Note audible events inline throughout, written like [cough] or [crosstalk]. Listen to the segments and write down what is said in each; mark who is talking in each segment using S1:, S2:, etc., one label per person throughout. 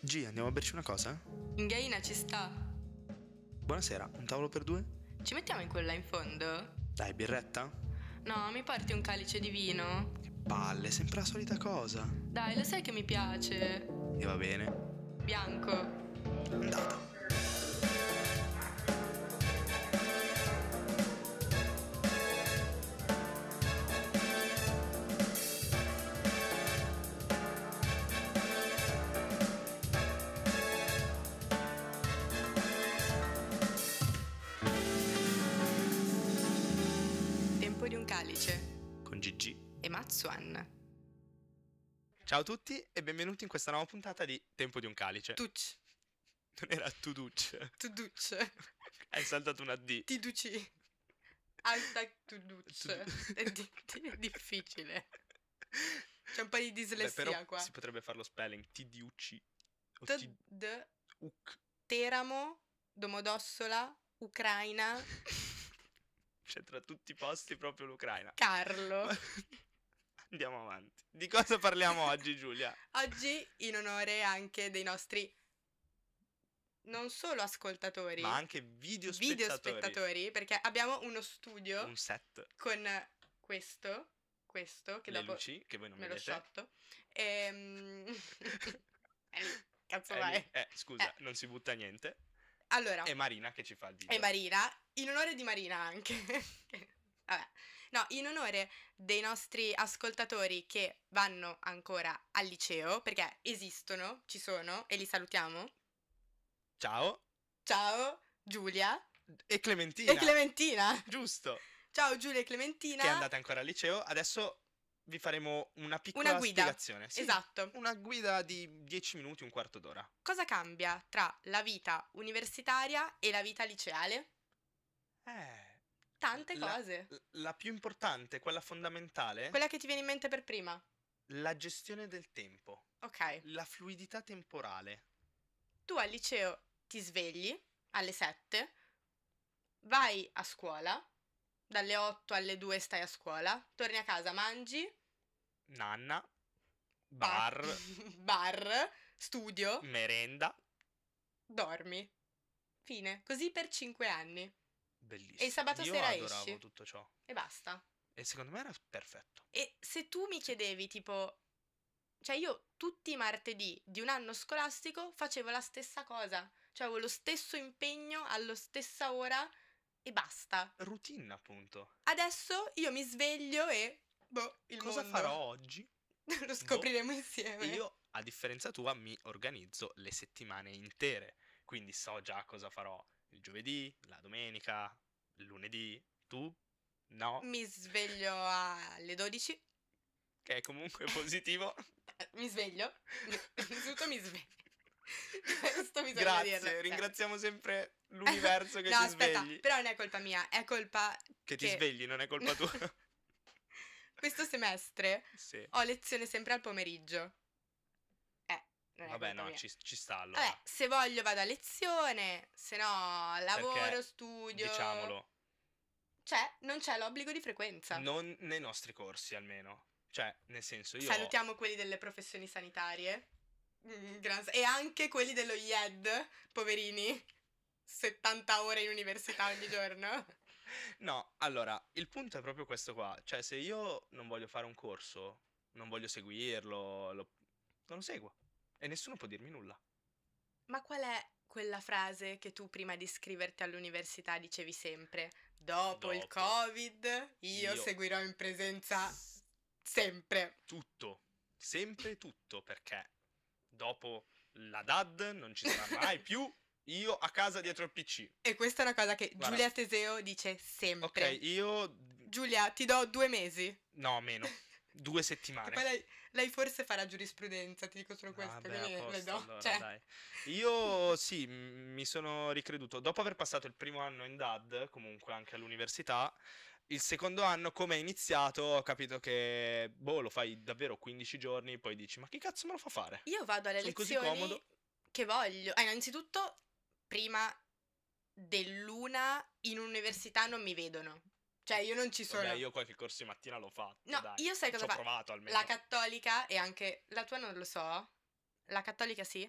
S1: G, andiamo a berci una cosa?
S2: Inghiaina ci sta.
S1: Buonasera, un tavolo per due?
S2: Ci mettiamo in quella in fondo?
S1: Dai, birretta?
S2: No, mi porti un calice di vino?
S1: Che palle, sempre la solita cosa.
S2: Dai, lo sai che mi piace.
S1: E va bene.
S2: Bianco.
S1: Andata.
S2: Tempo di un calice.
S1: Con GG.
S2: E Matsuan.
S1: Ciao a tutti e benvenuti in questa nuova puntata di Tempo di un calice.
S2: Tuc.
S1: [laughs] non era Tuduc. [laughs]
S2: Tuduc.
S1: Hai saltato una D.
S2: Tiduc. Hashtag tuduc.
S1: Tuduc.
S2: [laughs] È, di-
S1: [laughs]
S2: è difficile. C'è un po' di
S1: Beh,
S2: dislessia
S1: però
S2: qua.
S1: si potrebbe fare lo spelling TDUC o
S2: T- d-
S1: TUC. [laughs]
S2: Teramo, Domodossola, Ucraina,
S1: C'è Cioè, tra tutti i posti proprio l'Ucraina.
S2: Carlo.
S1: [laughs] Andiamo avanti. Di cosa parliamo oggi, Giulia?
S2: Oggi in onore anche dei nostri non solo ascoltatori,
S1: Ma anche video spettatori.
S2: videospettatori, perché abbiamo uno studio
S1: Un set.
S2: con questo, questo, che
S1: le
S2: dopo
S1: luci, che voi non
S2: me lo
S1: vedete.
S2: sciotto. Ehm, [laughs]
S1: [laughs]
S2: eh, Cazzo
S1: Eh,
S2: vai.
S1: lì- eh, scusa, non si butta niente.
S2: Allora,
S1: È Marina che ci fa il video.
S2: e Marina, in onore di Marina anche. [laughs] Vabbè. No, in onore dei nostri ascoltatori che vanno ancora al liceo, perché esistono, ci sono, e li salutiamo.
S1: Ciao.
S2: Ciao Giulia
S1: E Clementina.
S2: e Clementina.
S1: Giusto.
S2: Ciao Giulia e Clementina.
S1: Che è andata ancora al liceo. Adesso vi faremo una piccola
S2: Una guida.
S1: spiegazione. Sì,
S2: Esatto.
S1: Una guida di 10 minuti, un quarto d'ora.
S2: Cosa cambia tra la vita universitaria e la vita liceale?
S1: Eh.
S2: Tante
S1: La-
S2: cose.
S1: La più importante, quella fondamentale,
S2: Quella che ti viene in mente per prima.
S1: la gestione del tempo,
S2: Ok.
S1: la fluidità temporale.
S2: Tu al liceo ti svegli alle 7, vai a scuola, dalle 8 alle 2 stai a scuola, torni a casa, mangi, Ah.
S1: Nanna, bar,
S2: [laughs]
S1: Mm.
S2: bar, studio,
S1: merenda.
S2: dormi. Fine. Così per 5 anni.
S1: Bellissimo.
S2: E il sabato
S1: Io
S2: sera
S1: adoravo
S2: esci?
S1: tutto ciò.
S2: E basta.
S1: E secondo me era perfetto.
S2: E se tu mi chiedevi, tipo, cioè io tutti i martedì di un anno scolastico facevo la stessa cosa, cioè avevo lo stesso impegno alla stessa ora e basta.
S1: Routine, appunto.
S2: Adesso io mi sveglio e boh, il
S1: Cosa
S2: mondo. Eh,
S1: farò oggi?
S2: [laughs] Lo scopriremo insieme.
S1: Io, a differenza tua, mi organizzo le settimane intere. Quindi so già cosa farò il giovedì, la domenica, il lunedì. Tu? No,
S2: mi sveglio alle 12.
S1: che è
S2: [laughs]
S1: comunque positivo.
S2: Eh, Mi sveglio. Innanzitutto mi sveglio. Questo bisogna
S1: Grazie,
S2: dirlo. Cioè-
S1: ringraziamo
S2: [laughs]
S1: sempre l'universo che
S2: No,
S1: ci
S2: aspetta,
S1: svegli.
S2: però non è colpa mia, è colpa
S1: Che ti
S2: che-
S1: svegli, non è
S2: [laughs]
S1: colpa tua.
S2: questo semestre
S1: sì.
S2: Ho lezione sempre al pomeriggio. Eh, non è
S1: Vabbè,
S2: colpa
S1: no,
S2: mia.
S1: ci, ci sta allora.
S2: Vabbè, se voglio vado a lezione, se no lavoro,
S1: Perché,
S2: studio.
S1: Diciamolo,
S2: C'è, non c'è l'obbligo di frequenza.
S1: non nei nostri corsi almeno. Cioè, nel senso, io
S2: Salutiamo quelli delle professioni sanitarie. Mm, gran- E anche quelli dello IED, poverini. 70 ore in università
S1: [laughs]
S2: ogni giorno.
S1: No, allora, il punto è proprio questo qua. Cioè, se io non voglio fare un corso, non voglio seguirlo, lo- non lo seguo. E nessuno può dirmi nulla.
S2: Ma qual è quella frase che tu prima di iscriverti all'università dicevi sempre? Dopo, il
S1: Dopo.
S2: Covid, io,
S1: Io-
S2: seguirò in presenza sempre.
S1: Tutto, sempre tutto, perché dopo la DAD non ci sarà mai più io a casa dietro il PC.
S2: E questa è una cosa che
S1: Guarda.
S2: Giulia Teseo dice
S1: Ok,
S2: sempre.
S1: io
S2: Giulia, ti do due mesi.
S1: no, meno. Due
S2: Che
S1: settimane.
S2: poi lei, lei forse farà giurisprudenza, ti dico solo questo.
S1: Vabbè,
S2: quindi
S1: Ah, a
S2: le
S1: posto,
S2: do.
S1: allora,
S2: Cioè,
S1: dai. Io sì, m- mi sono ricreduto. Dopo aver passato il primo anno in DAD, comunque anche all'università, il secondo anno, come è iniziato, ho capito che boh, lo fai davvero 15 giorni, poi dici, ma che cazzo me lo fa fare?
S2: Io vado alle
S1: Sono così
S2: lezioni
S1: comodo.
S2: che voglio. Ah, innanzitutto, prima dell'una in università non mi vedono. Cioè, io non ci sono.
S1: Vabbè, io qualche corso di mattina l'ho fatto,
S2: No,
S1: dai.
S2: io sai cosa
S1: Ci ho
S2: fa-
S1: provato almeno.
S2: La cattolica e anche la tua non lo so. La cattolica sì.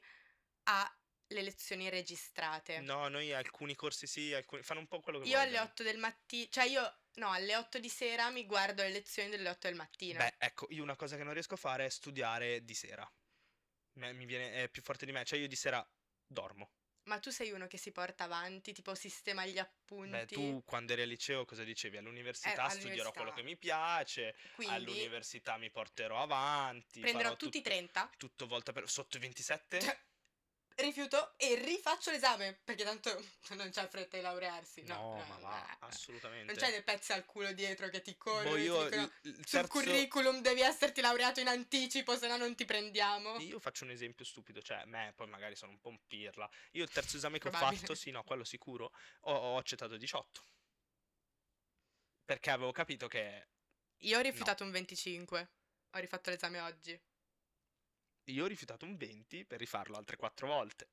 S2: alle lezioni registrate.
S1: No, noi alcuni corsi sì, alcuni... fanno un po' quello che
S2: Io alle
S1: vogliono.
S2: 8 del mattino, cioè io no, alle 8 di sera mi guardo le lezioni delle 8 del mattino.
S1: Beh, ecco, io una cosa che non riesco a fare è studiare di sera. Me- Mi viene, è più forte di me, cioè io di sera dormo.
S2: Ma tu sei uno che si porta avanti, tipo sistema gli appunti.
S1: Beh, tu quando eri al liceo cosa dicevi? All'università studierò quello
S2: Eh, all'università.
S1: che mi piace,
S2: Quindi
S1: all'università mi porterò avanti,
S2: prenderò
S1: farò
S2: tutti i
S1: tutto-
S2: 30,
S1: tutto volta per sotto i 27?
S2: Cioè, rifiuto e rifaccio l'esame, perché tanto [laughs] non c'è fretta di laurearsi. No,
S1: ma
S2: no, eh. Cioè,
S1: va,
S2: no.
S1: assolutamente.
S2: Non c'è del pezzo al culo dietro che ti corrono
S1: Boh,
S2: e ti
S1: io
S2: dicono,
S1: il- il
S2: sul
S1: terzo-
S2: curriculum devi esserti laureato in anticipo, se no non ti prendiamo.
S1: Io faccio un esempio stupido, cioè, me, poi magari sono un po' un pirla. Io il terzo esame che ho
S2: Probabile.
S1: fatto, sì, no, quello sicuro, ho, ho accettato 18. Perché avevo capito che
S2: Io ho rifiutato un 25. Ho rifatto l'esame oggi.
S1: io ho rifiutato un 20 per rifarlo altre 4 volte.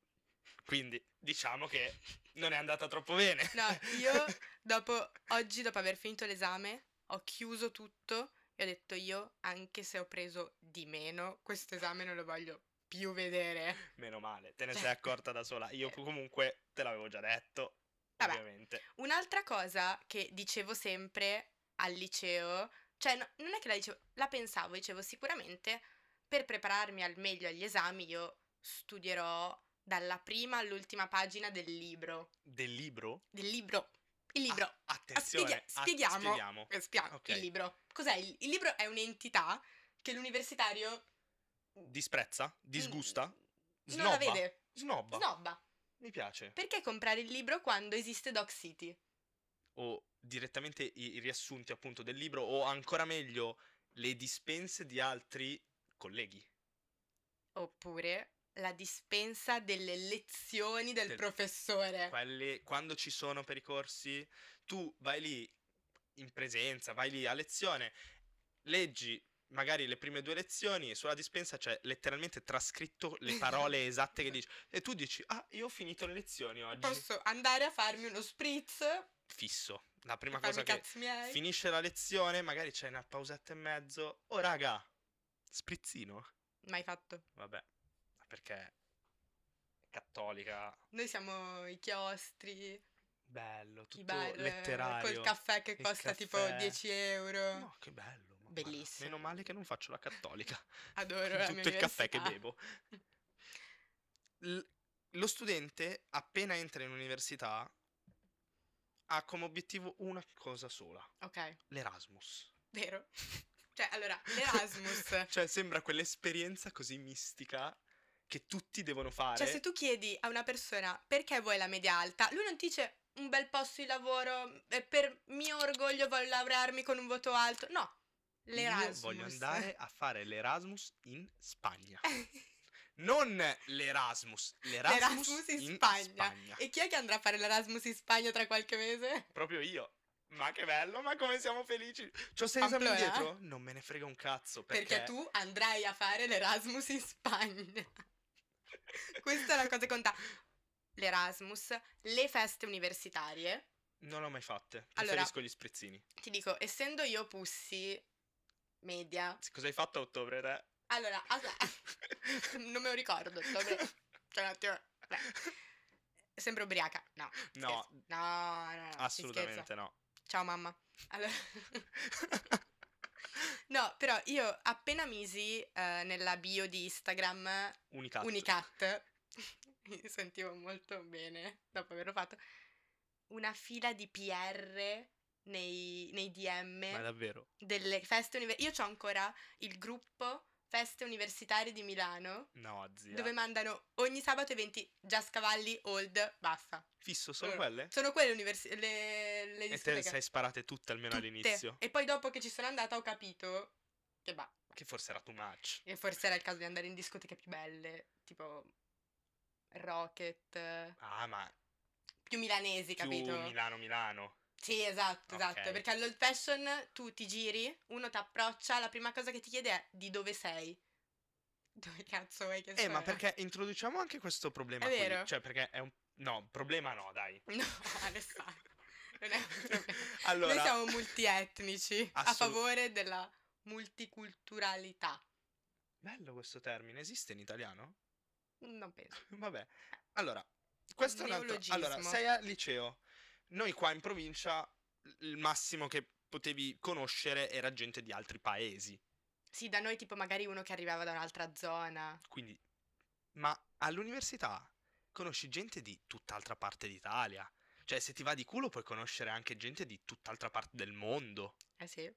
S1: Quindi diciamo che non è andata troppo bene.
S2: No, io dopo, oggi dopo aver finito l'esame ho chiuso tutto e ho detto io, anche se ho preso di meno, questo esame non lo voglio più vedere.
S1: [laughs] Meno male, te ne
S2: Cioè-
S1: sei accorta da sola. Io comunque te l'avevo già detto,
S2: Vabbè.
S1: ovviamente.
S2: Un'altra cosa che dicevo sempre al liceo, cioè no- non è che la dicevo, la pensavo, dicevo sicuramente per prepararmi al meglio agli esami io studierò dalla prima all'ultima pagina del libro.
S1: Del libro?
S2: Del libro. Il libro.
S1: Ah, attenzione,
S2: spieghi-
S1: ah,
S2: spieghiamo.
S1: spieghiamo.
S2: Eh, spiega-
S1: Ok.
S2: Il libro. Cos'è? Il, il libro è un'entità che l'universitario
S1: Disprezza? Disgusta?
S2: mm, non la
S1: Snobba?
S2: vede.
S1: Snobba.
S2: Snobba.
S1: Mi piace.
S2: Perché comprare il libro quando esiste Doc City?
S1: o direttamente i, i riassunti appunto del libro o ancora meglio le dispense di altri colleghi.
S2: Oppure la dispensa delle lezioni del
S1: Del-
S2: professore.
S1: Quelle quando ci sono per i corsi, tu vai lì in presenza, vai lì a lezione, leggi magari le prime due lezioni e sulla dispensa c'è letteralmente trascritto le parole esatte che dici e tu dici "Ah, io ho finito le lezioni oggi".
S2: Posso andare a farmi uno spritz,
S1: Fisso. La prima
S2: farmi
S1: cosa
S2: i
S1: che
S2: cazzi miei.
S1: finisce la lezione, magari c'è una pausetta e mezzo. Oh raga, sprizzino.
S2: Mai fatto.
S1: Vabbè, ma perché è cattolica,
S2: Noi siamo i chiostri,
S1: bello, tutto
S2: i bar,
S1: letterario.
S2: col eh, caffè che
S1: il
S2: costa tipo
S1: caffè.
S2: 10 euro.
S1: No, che bello. ma guarda,
S2: Bellissimo.
S1: meno male che non faccio la [laughs] cattolica.
S2: Adoro la mia
S1: tutto il caffè che
S2: università.
S1: bevo. L- lo studente, appena entra in università, ha come obiettivo una cosa sola,
S2: Ok,
S1: l'Erasmus.
S2: vero. Cioè, allora, l'Erasmus.
S1: [laughs] cioè, sembra quell'esperienza così mistica che tutti devono fare.
S2: Cioè, se tu chiedi a una persona perché vuoi la media alta, lui non ti dice un bel posto di lavoro, e per mio orgoglio voglio laurearmi con un voto alto. No, l'Erasmus.
S1: Io voglio andare a fare l'Erasmus in Spagna. Non l'Erasmus, l'Erasmus,
S2: L'Erasmus in
S1: in,
S2: Spagna.
S1: Spagna.
S2: [laughs] e chi è che andrà a fare l'Erasmus in Spagna tra qualche mese?
S1: Proprio io. Ma che bello, ma come siamo felici. C'ho sei esami
S2: Amploia?
S1: indietro? Non me ne frega un cazzo perché... [laughs]
S2: Perché tu andrai a fare l'Erasmus in Spagna. [laughs] Questa è la cosa che conta. L'Erasmus, le feste universitarie.
S1: Non l'ho mai fatte.
S2: Allora-
S1: Preferisco gli sprezzini.
S2: Ti dico, essendo io pussi media,
S1: Cosa hai fatto a ottobre, te?
S2: allora, as- [laughs] non me lo
S1: [laughs]
S2: ricordo, [laughs] ottobre. Cioè, un attimo, beh. Sempre ubriaca. No,
S1: No,
S2: scherzo. no, no, no, si scherza.
S1: assolutamente
S2: [laughs]
S1: no.
S2: Ciao mamma. Allora... [laughs] No, però io appena misi eh, nella bio di Instagram
S1: Unicazzo.
S2: Unicat, [laughs] mi sentivo molto bene dopo averlo fatto, una fila di PR nei, nei
S1: Ma
S2: DM
S1: davvero.
S2: delle feste universitarie. Io ho ancora il gruppo Feste Universitarie di Milano,
S1: No, zia.
S2: dove mandano ogni sabato eventi già scavalli, old, basta.
S1: Fisso solo
S2: Eh,
S1: quelle?
S2: Sono quelle universi- le,
S1: E
S2: le
S1: te le
S2: discoteche.
S1: sei sparate tutte almeno
S2: Tutte.
S1: all'inizio.
S2: E poi dopo che ci sono andata ho capito che bah,
S1: Che forse era too much.
S2: che forse era il caso di andare in discoteche più belle, tipo Rocket,
S1: Ah, ma
S2: più milanesi,
S1: più
S2: capito?
S1: Milano, Milano.
S2: Sì, esatto, esatto.
S1: Ok.
S2: Perché all'old fashion tu ti giri, uno ti approccia, la prima cosa che ti chiede è di dove sei. Dove cazzo vuoi che
S1: Eh, ma
S2: sono?
S1: perché introduciamo anche questo problema
S2: È
S1: qui.
S2: vero.
S1: Cioè, perché è un... No, problema no, dai.
S2: [laughs] [laughs] No, Alessandro, non è un problema.
S1: [laughs] Allora...
S2: Noi siamo multietnici, a
S1: Assolut-
S2: favore della multiculturalità.
S1: Bello questo termine, esiste in italiano?
S2: Non penso.
S1: Vabbè. Allora, questo è un altro... Allora,
S2: Neologismo.
S1: sei al liceo. Noi qua in provincia il massimo che potevi conoscere era gente di altri paesi.
S2: Sì, da noi tipo magari uno che arrivava da un'altra zona.
S1: Quindi, ma all'università conosci gente di tutt'altra parte d'Italia. Cioè, se ti va di culo puoi conoscere anche gente di tutt'altra parte del mondo.
S2: Eh sì.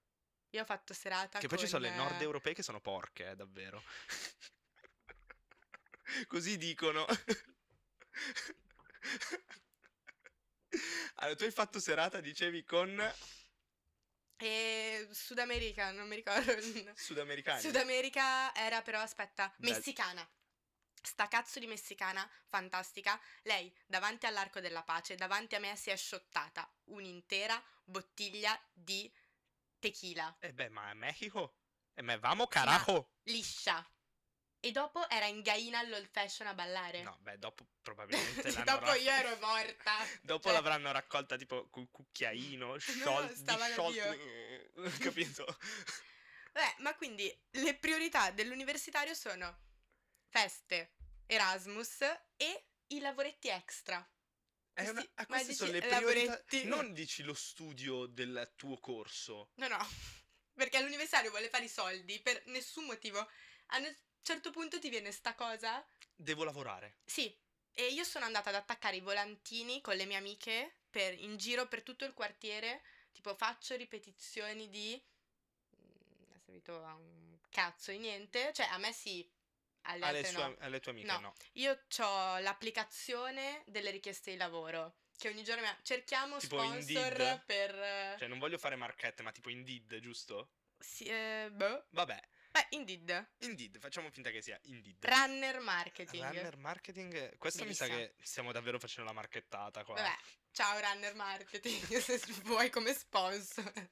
S2: Io ho fatto serata
S1: Che poi ci
S2: con,
S1: sono le nord
S2: eh,
S1: europee che sono porche, eh, davvero. [laughs] Così dicono. [laughs] Allora, tu hai fatto serata, dicevi, con
S2: eh, E Sud America, non mi ricordo.
S1: [laughs] sudamericani.
S2: Sud America era però, aspetta,
S1: Bel-
S2: messicana. Sta cazzo di messicana, fantastica. Lei, davanti all'Arco della Pace, davanti a me si è sciottata un'intera bottiglia di tequila,
S1: Eh beh, ma è Mexico. E me vamo carajo.
S2: liscia. E dopo era in gaina all'old fashion a ballare.
S1: No, beh, dopo
S2: [laughs]
S1: probabilmente l'hanno
S2: dopo
S1: ra-
S2: io ero morta.
S1: [laughs] Dopo
S2: Cioè,
S1: l'avranno raccolta tipo col cucchiaino, sciol-
S2: stava da
S1: disciolto. [laughs] Capito?
S2: Vabbè, ma quindi le priorità dell'universitario sono feste, Erasmus e i lavoretti extra.
S1: È una-
S2: Eh Sì,
S1: ah,
S2: ma
S1: queste sono le
S2: dici,
S1: priorità.
S2: lavoretti.
S1: Non dici lo studio del tuo corso.
S2: No, no, [laughs] perché l'universitario vuole fare i soldi per nessun motivo. A un certo punto ti viene sta cosa?
S1: Devo lavorare.
S2: Sì, e io sono andata ad attaccare i volantini con le mie amiche per- in giro per tutto il quartiere, tipo faccio ripetizioni di... mm, Non è servito a un cazzo di niente, cioè a me sì, alle
S1: Alle,
S2: altre
S1: sue-
S2: no.
S1: alle tue amiche, no.
S2: No. Io ho l'applicazione delle richieste di lavoro, che ogni giorno mi- cerchiamo
S1: Tipo Indeed?
S2: sponsor per... eh,
S1: Cioè, non voglio fare marchette, ma tipo Indeed, giusto?
S2: sì, eh, boh.
S1: Vabbè,
S2: Beh, Indeed.
S1: Indeed, facciamo finta che sia Indeed.
S2: Runner marketing.
S1: Runner marketing, questo mi sa
S2: Bellissima.
S1: che stiamo davvero facendo la marchettata qua.
S2: Vabbè, ciao Runner marketing, [laughs] se vuoi come sponsor.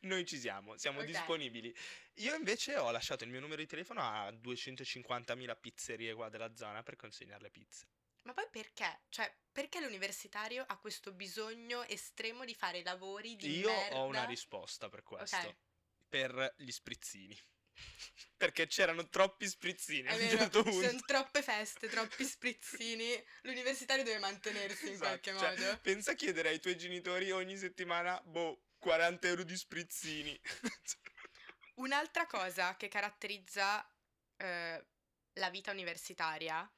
S1: Noi ci siamo, siamo
S2: Ok.
S1: disponibili. Io invece ho lasciato il mio numero di telefono a 250.000 pizzerie qua della zona per consegnare le pizze.
S2: Ma poi perché? Cioè, perché l'universitario ha questo bisogno estremo di fare lavori di
S1: Io
S2: merda?
S1: ho una risposta per questo.
S2: Ok.
S1: Per gli sprizzini. [laughs] Perché c'erano troppi sprizzini a [laughs]
S2: È
S1: un
S2: vero,
S1: certo punto.
S2: sono troppe feste, troppi sprizzini. L'universitario deve mantenersi in
S1: Esatto,
S2: qualche
S1: cioè,
S2: modo.
S1: Pensa a chiedere ai tuoi genitori ogni settimana, boh, 40 euro di sprizzini.
S2: Un'altra cosa che caratterizza eh, la vita universitaria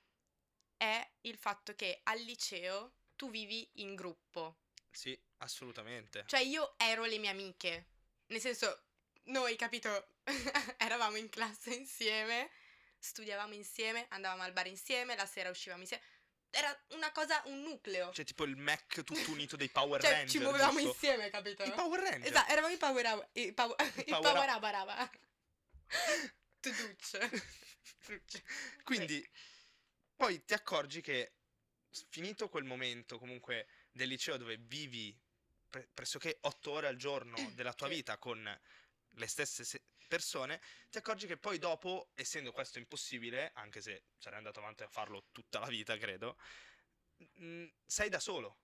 S2: è il fatto che al liceo tu vivi in gruppo.
S1: [laughs] sì, assolutamente.
S2: Cioè io ero le mie amiche. Nel senso, noi, capito, [laughs] eravamo in classe insieme, studiavamo insieme, andavamo al bar insieme, la sera uscivamo insieme. Era una cosa, un nucleo. Cioè,
S1: Cioè, tipo il Mac tutto unito
S2: [laughs]
S1: dei Power Rangers.
S2: ci muovevamo
S1: giusto?
S2: insieme, capito?
S1: I Power Rangers.
S2: Esatto, eravamo i power up, i pow- [laughs] i
S1: Power up.
S2: power
S1: [laughs]
S2: up, araba. Tuducce. Tuducce.
S1: Quindi poi ti accorgi che s- finito quel momento comunque del liceo dove vivi pre- pressoché otto ore al
S2: [clears throat]
S1: giorno della tua
S2: Sì.
S1: vita con le stesse se- persone, ti accorgi che poi dopo, essendo questo impossibile, anche se sarei andato avanti a farlo tutta la vita, credo, mm, sei da solo.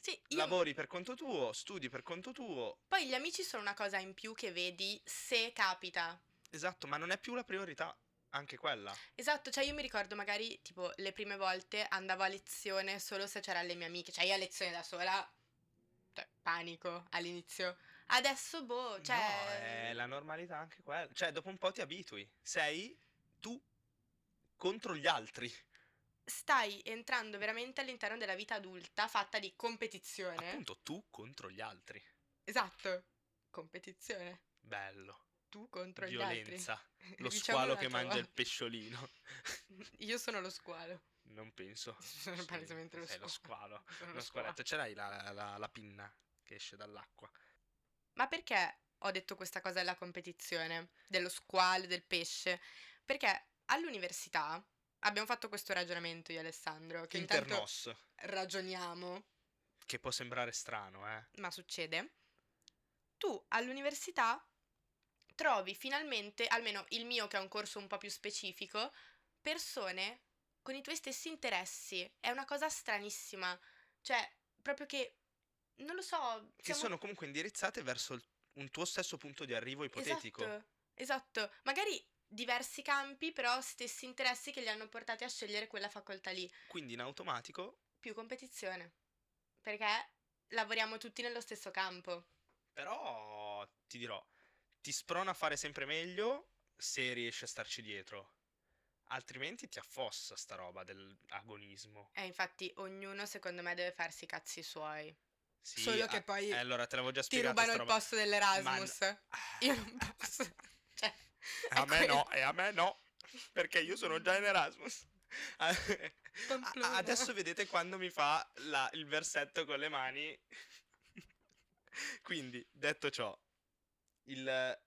S2: Sì, io-
S1: Lavori per conto tuo, studi per conto tuo,
S2: Poi gli amici sono una cosa in più che vedi se capita.
S1: esatto, ma non è più la priorità, anche quella.
S2: Esatto, cioè io mi ricordo magari tipo le prime volte andavo a lezione solo se c'erano le mie amiche, cioè io a lezione da sola, cioè, panico all'inizio. Adesso boh, cioè...
S1: No, è la normalità anche quella. Cioè, dopo un po' ti abitui. Sei tu contro gli altri,
S2: Stai entrando veramente all'interno della vita adulta fatta di competizione.
S1: appunto, tu contro gli altri.
S2: Esatto, competizione.
S1: Bello.
S2: Tu contro gli
S1: Violenza.
S2: altri. Diciamo
S1: Lo
S2: [laughs] Diciamolo
S1: squalo che
S2: un'altra
S1: mangia il
S2: volta.
S1: pesciolino. [laughs]
S2: Io sono lo squalo.
S1: Non penso.
S2: [laughs] Sono
S1: Sì,
S2: palesemente lo
S1: sei lo
S2: squalo.
S1: squalo.
S2: Sono
S1: Lo squaletto, ce l'hai la, la- la pinna che esce dall'acqua.
S2: Ma perché ho detto questa cosa della competizione, dello squalo, del pesce? Perché all'università abbiamo fatto questo ragionamento io e Alessandro, che intanto
S1: Internos,
S2: ragioniamo,
S1: che può sembrare strano, eh.
S2: ma succede. Tu all'università trovi finalmente, almeno il mio che è un corso un po' più specifico, persone con i tuoi stessi interessi. È una cosa stranissima. Cioè, proprio che, non lo so,
S1: Che
S2: siamo
S1: sono comunque indirizzate verso il- un tuo stesso punto di arrivo ipotetico.
S2: Esatto, esatto. Magari diversi campi, però stessi interessi che li hanno portati a scegliere quella facoltà lì.
S1: Quindi in automatico,
S2: Più competizione, perché lavoriamo tutti nello stesso campo.
S1: però ti dirò, ti sprona a fare sempre meglio se riesci a starci dietro. Altrimenti ti affossa sta roba dell'agonismo.
S2: E infatti ognuno secondo me deve farsi i cazzi suoi.
S1: Sì,
S2: Solo
S1: ah,
S2: che poi
S1: eh, allora te l'avevo già
S2: Ti
S1: spiegato
S2: rubano
S1: sta
S2: il
S1: roba.
S2: posto dell'Erasmus.
S1: Ah,
S2: [laughs] Io non posso. [laughs] cioè, è
S1: A me
S2: quello.
S1: no, e a me no, perché io sono già in Erasmus. Ah,
S2: Pamplona.
S1: a- Adesso vedete quando mi fa la- il versetto con le mani. Quindi, detto ciò, il-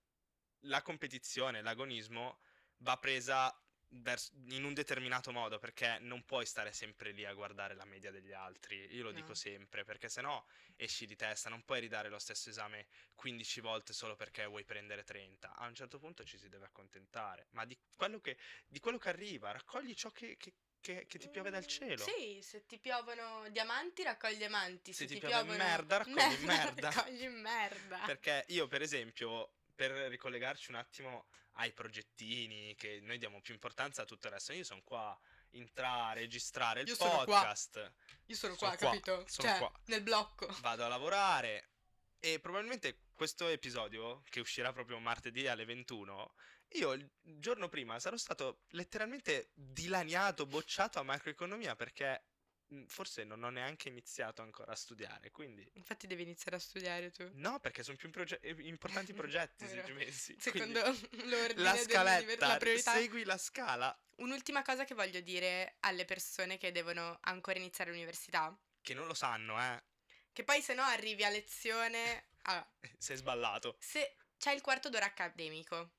S1: la competizione, l'agonismo va presa vers- in un determinato modo perché non puoi stare sempre lì a guardare la media degli altri. Io lo dico
S2: No.
S1: sempre perché sennò esci di testa, non puoi ridare lo stesso esame 15 volte solo perché vuoi prendere 30. A un certo punto ci si deve accontentare, ma di quello che, di quello che arriva, raccogli ciò che, che- che- che ti piove dal
S2: Mm,
S1: cielo.
S2: Sì, se ti piovono diamanti, raccogli diamanti.
S1: Se ti piove merda, [laughs] raccogli merda.
S2: Raccogli merda.
S1: Perché io, per esempio, per ricollegarci un attimo ai progettini, che noi diamo più importanza a tutto il resto, io sono qua in tra a registrare il
S2: Io sono qua.
S1: podcast,
S2: Io sono
S1: sono
S2: qua,
S1: qua,
S2: capito?
S1: sono
S2: cioè,
S1: qua.
S2: nel blocco.
S1: vado a lavorare e probabilmente questo episodio, che uscirà proprio martedì alle 21, io il giorno prima sarò stato letteralmente dilaniato, bocciato a macroeconomia perché mh, forse non ho neanche iniziato ancora a studiare, quindi...
S2: Infatti devi iniziare a studiare tu.
S1: No, perché sono più proge- eh,
S2: [laughs]
S1: importanti i progetti, se
S2: Vero.
S1: ci pensi. Quindi-
S2: Secondo [laughs] l'ordine
S1: la
S2: del-
S1: scaletta,
S2: la priorità.
S1: segui la scala.
S2: Un'ultima cosa che voglio dire alle persone che devono ancora iniziare l'università,
S1: Che non lo sanno, eh. [laughs]
S2: che poi se no arrivi a lezione... Allora,
S1: Sei sballato.
S2: se c'è il quarto d'ora accademico,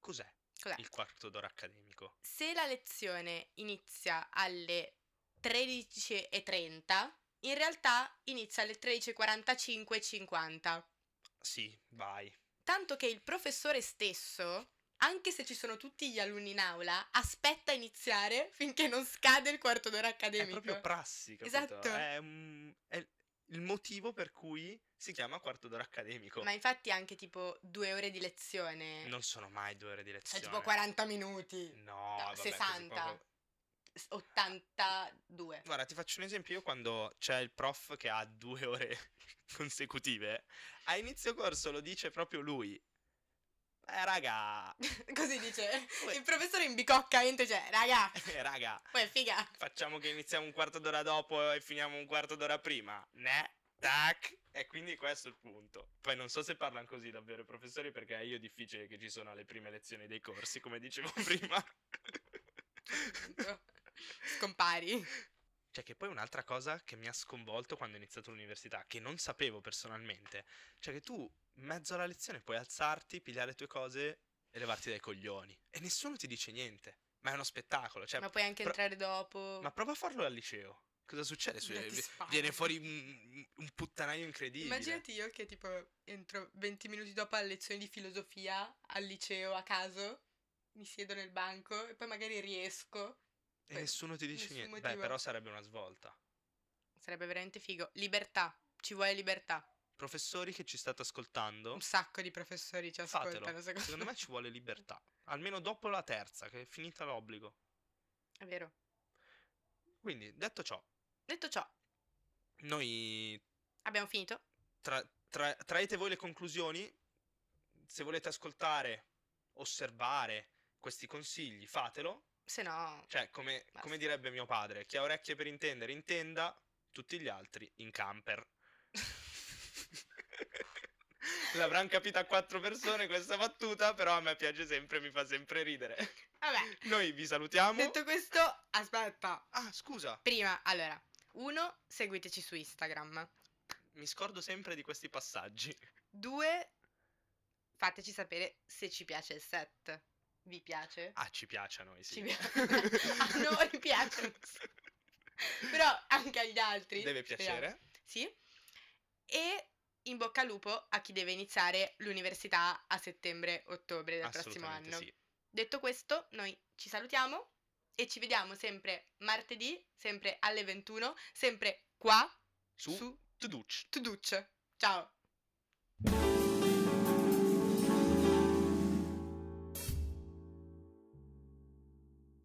S1: Cos'è
S2: cos'è?
S1: il quarto d'ora accademico?
S2: se la lezione inizia alle 13.30, in realtà inizia alle 13.45 e 50.
S1: Sì, vai.
S2: Tanto che il professore stesso, anche se ci sono tutti gli alunni in aula, aspetta a iniziare finché non scade il quarto d'ora
S1: È
S2: accademico.
S1: proprio prassi, capito?
S2: Esatto.
S1: È, un- è il motivo per cui si chiama quarto d'ora accademico.
S2: Ma infatti anche tipo due ore di lezione,
S1: Non sono mai due ore di
S2: cioè
S1: lezione.
S2: tipo 40 minuti,
S1: No,
S2: No,
S1: vabbè, così
S2: 60.
S1: proprio-
S2: s- 82.
S1: Guarda, ti faccio un esempio. Io quando c'è il prof che ha due ore [laughs] consecutive, a inizio corso lo dice proprio lui. Eh, raga,
S2: [laughs] Così dice
S1: Uè.
S2: il professore in bicocca entra e dice, raga,
S1: eh, raga.
S2: poi figa.
S1: facciamo che iniziamo un quarto d'ora dopo e finiamo un quarto d'ora prima. Ne, tac. E quindi questo è il punto. Poi non so se parlano così davvero i professori perché io è difficile che ci sono alle prime lezioni dei corsi, come dicevo [laughs] prima.
S2: Appunto. [laughs] Scompari.
S1: Cioè che poi un'altra cosa che mi ha sconvolto quando ho iniziato l'università, che non sapevo personalmente, cioè che tu mezzo alla lezione puoi alzarti, pigliare le tue cose e levarti dai coglioni. E nessuno ti dice niente. Ma è uno spettacolo, cioè
S2: Ma puoi anche
S1: pro-
S2: entrare dopo.
S1: Ma prova a farlo al liceo. Cosa succede? Su- eh,
S2: Già ti
S1: vi-
S2: sparo.
S1: viene fuori un, un puttanaio incredibile.
S2: Immaginati io che tipo entro 20 minuti dopo alla lezione di filosofia al liceo a caso, mi siedo nel banco e poi magari riesco.
S1: E nessuno ti dice
S2: nessun
S1: niente. Beh,
S2: motivo.
S1: però sarebbe una svolta.
S2: Sarebbe veramente figo. Libertà, ci vuole libertà.
S1: Professori che ci state ascoltando,
S2: Un sacco di professori ci
S1: fatelo.
S2: ascoltano, secondo,
S1: Secondo me ci vuole libertà. Almeno dopo la terza, che è finita l'obbligo.
S2: È vero.
S1: Quindi, detto ciò,
S2: Detto ciò,
S1: noi
S2: abbiamo finito.
S1: tra- tra- traete voi le conclusioni. Se volete ascoltare, osservare questi consigli, fatelo.
S2: Se no,
S1: Cioè, come,
S2: Basta.
S1: come direbbe mio padre, chi ha orecchie per intendere, intenda, tutti gli altri in
S2: [laughs]
S1: camper. L'avranno capita quattro persone questa battuta, però a me piace sempre, mi fa sempre ridere.
S2: vabbè.
S1: Noi vi salutiamo.
S2: Detto questo, aspetta.
S1: Ah, scusa,
S2: Prima, allora, uno, seguiteci su Instagram.
S1: mi scordo sempre di questi passaggi.
S2: Due, fateci sapere se ci piace il set. Vi piace?
S1: Ah, ci piace a noi, sì.
S2: Ci piace. [laughs] A noi
S1: [laughs]
S2: piace. Però anche agli altri.
S1: Deve
S2: speriamo.
S1: piacere.
S2: Sì. E in bocca al lupo a chi deve iniziare l'università a settembre-ottobre del prossimo
S1: Assolutamente
S2: anno.
S1: sì.
S2: Detto questo, noi ci salutiamo e ci vediamo sempre martedì, sempre alle 21, sempre qua
S1: Su,
S2: su
S1: Tuduc.
S2: Tuduc. Ciao!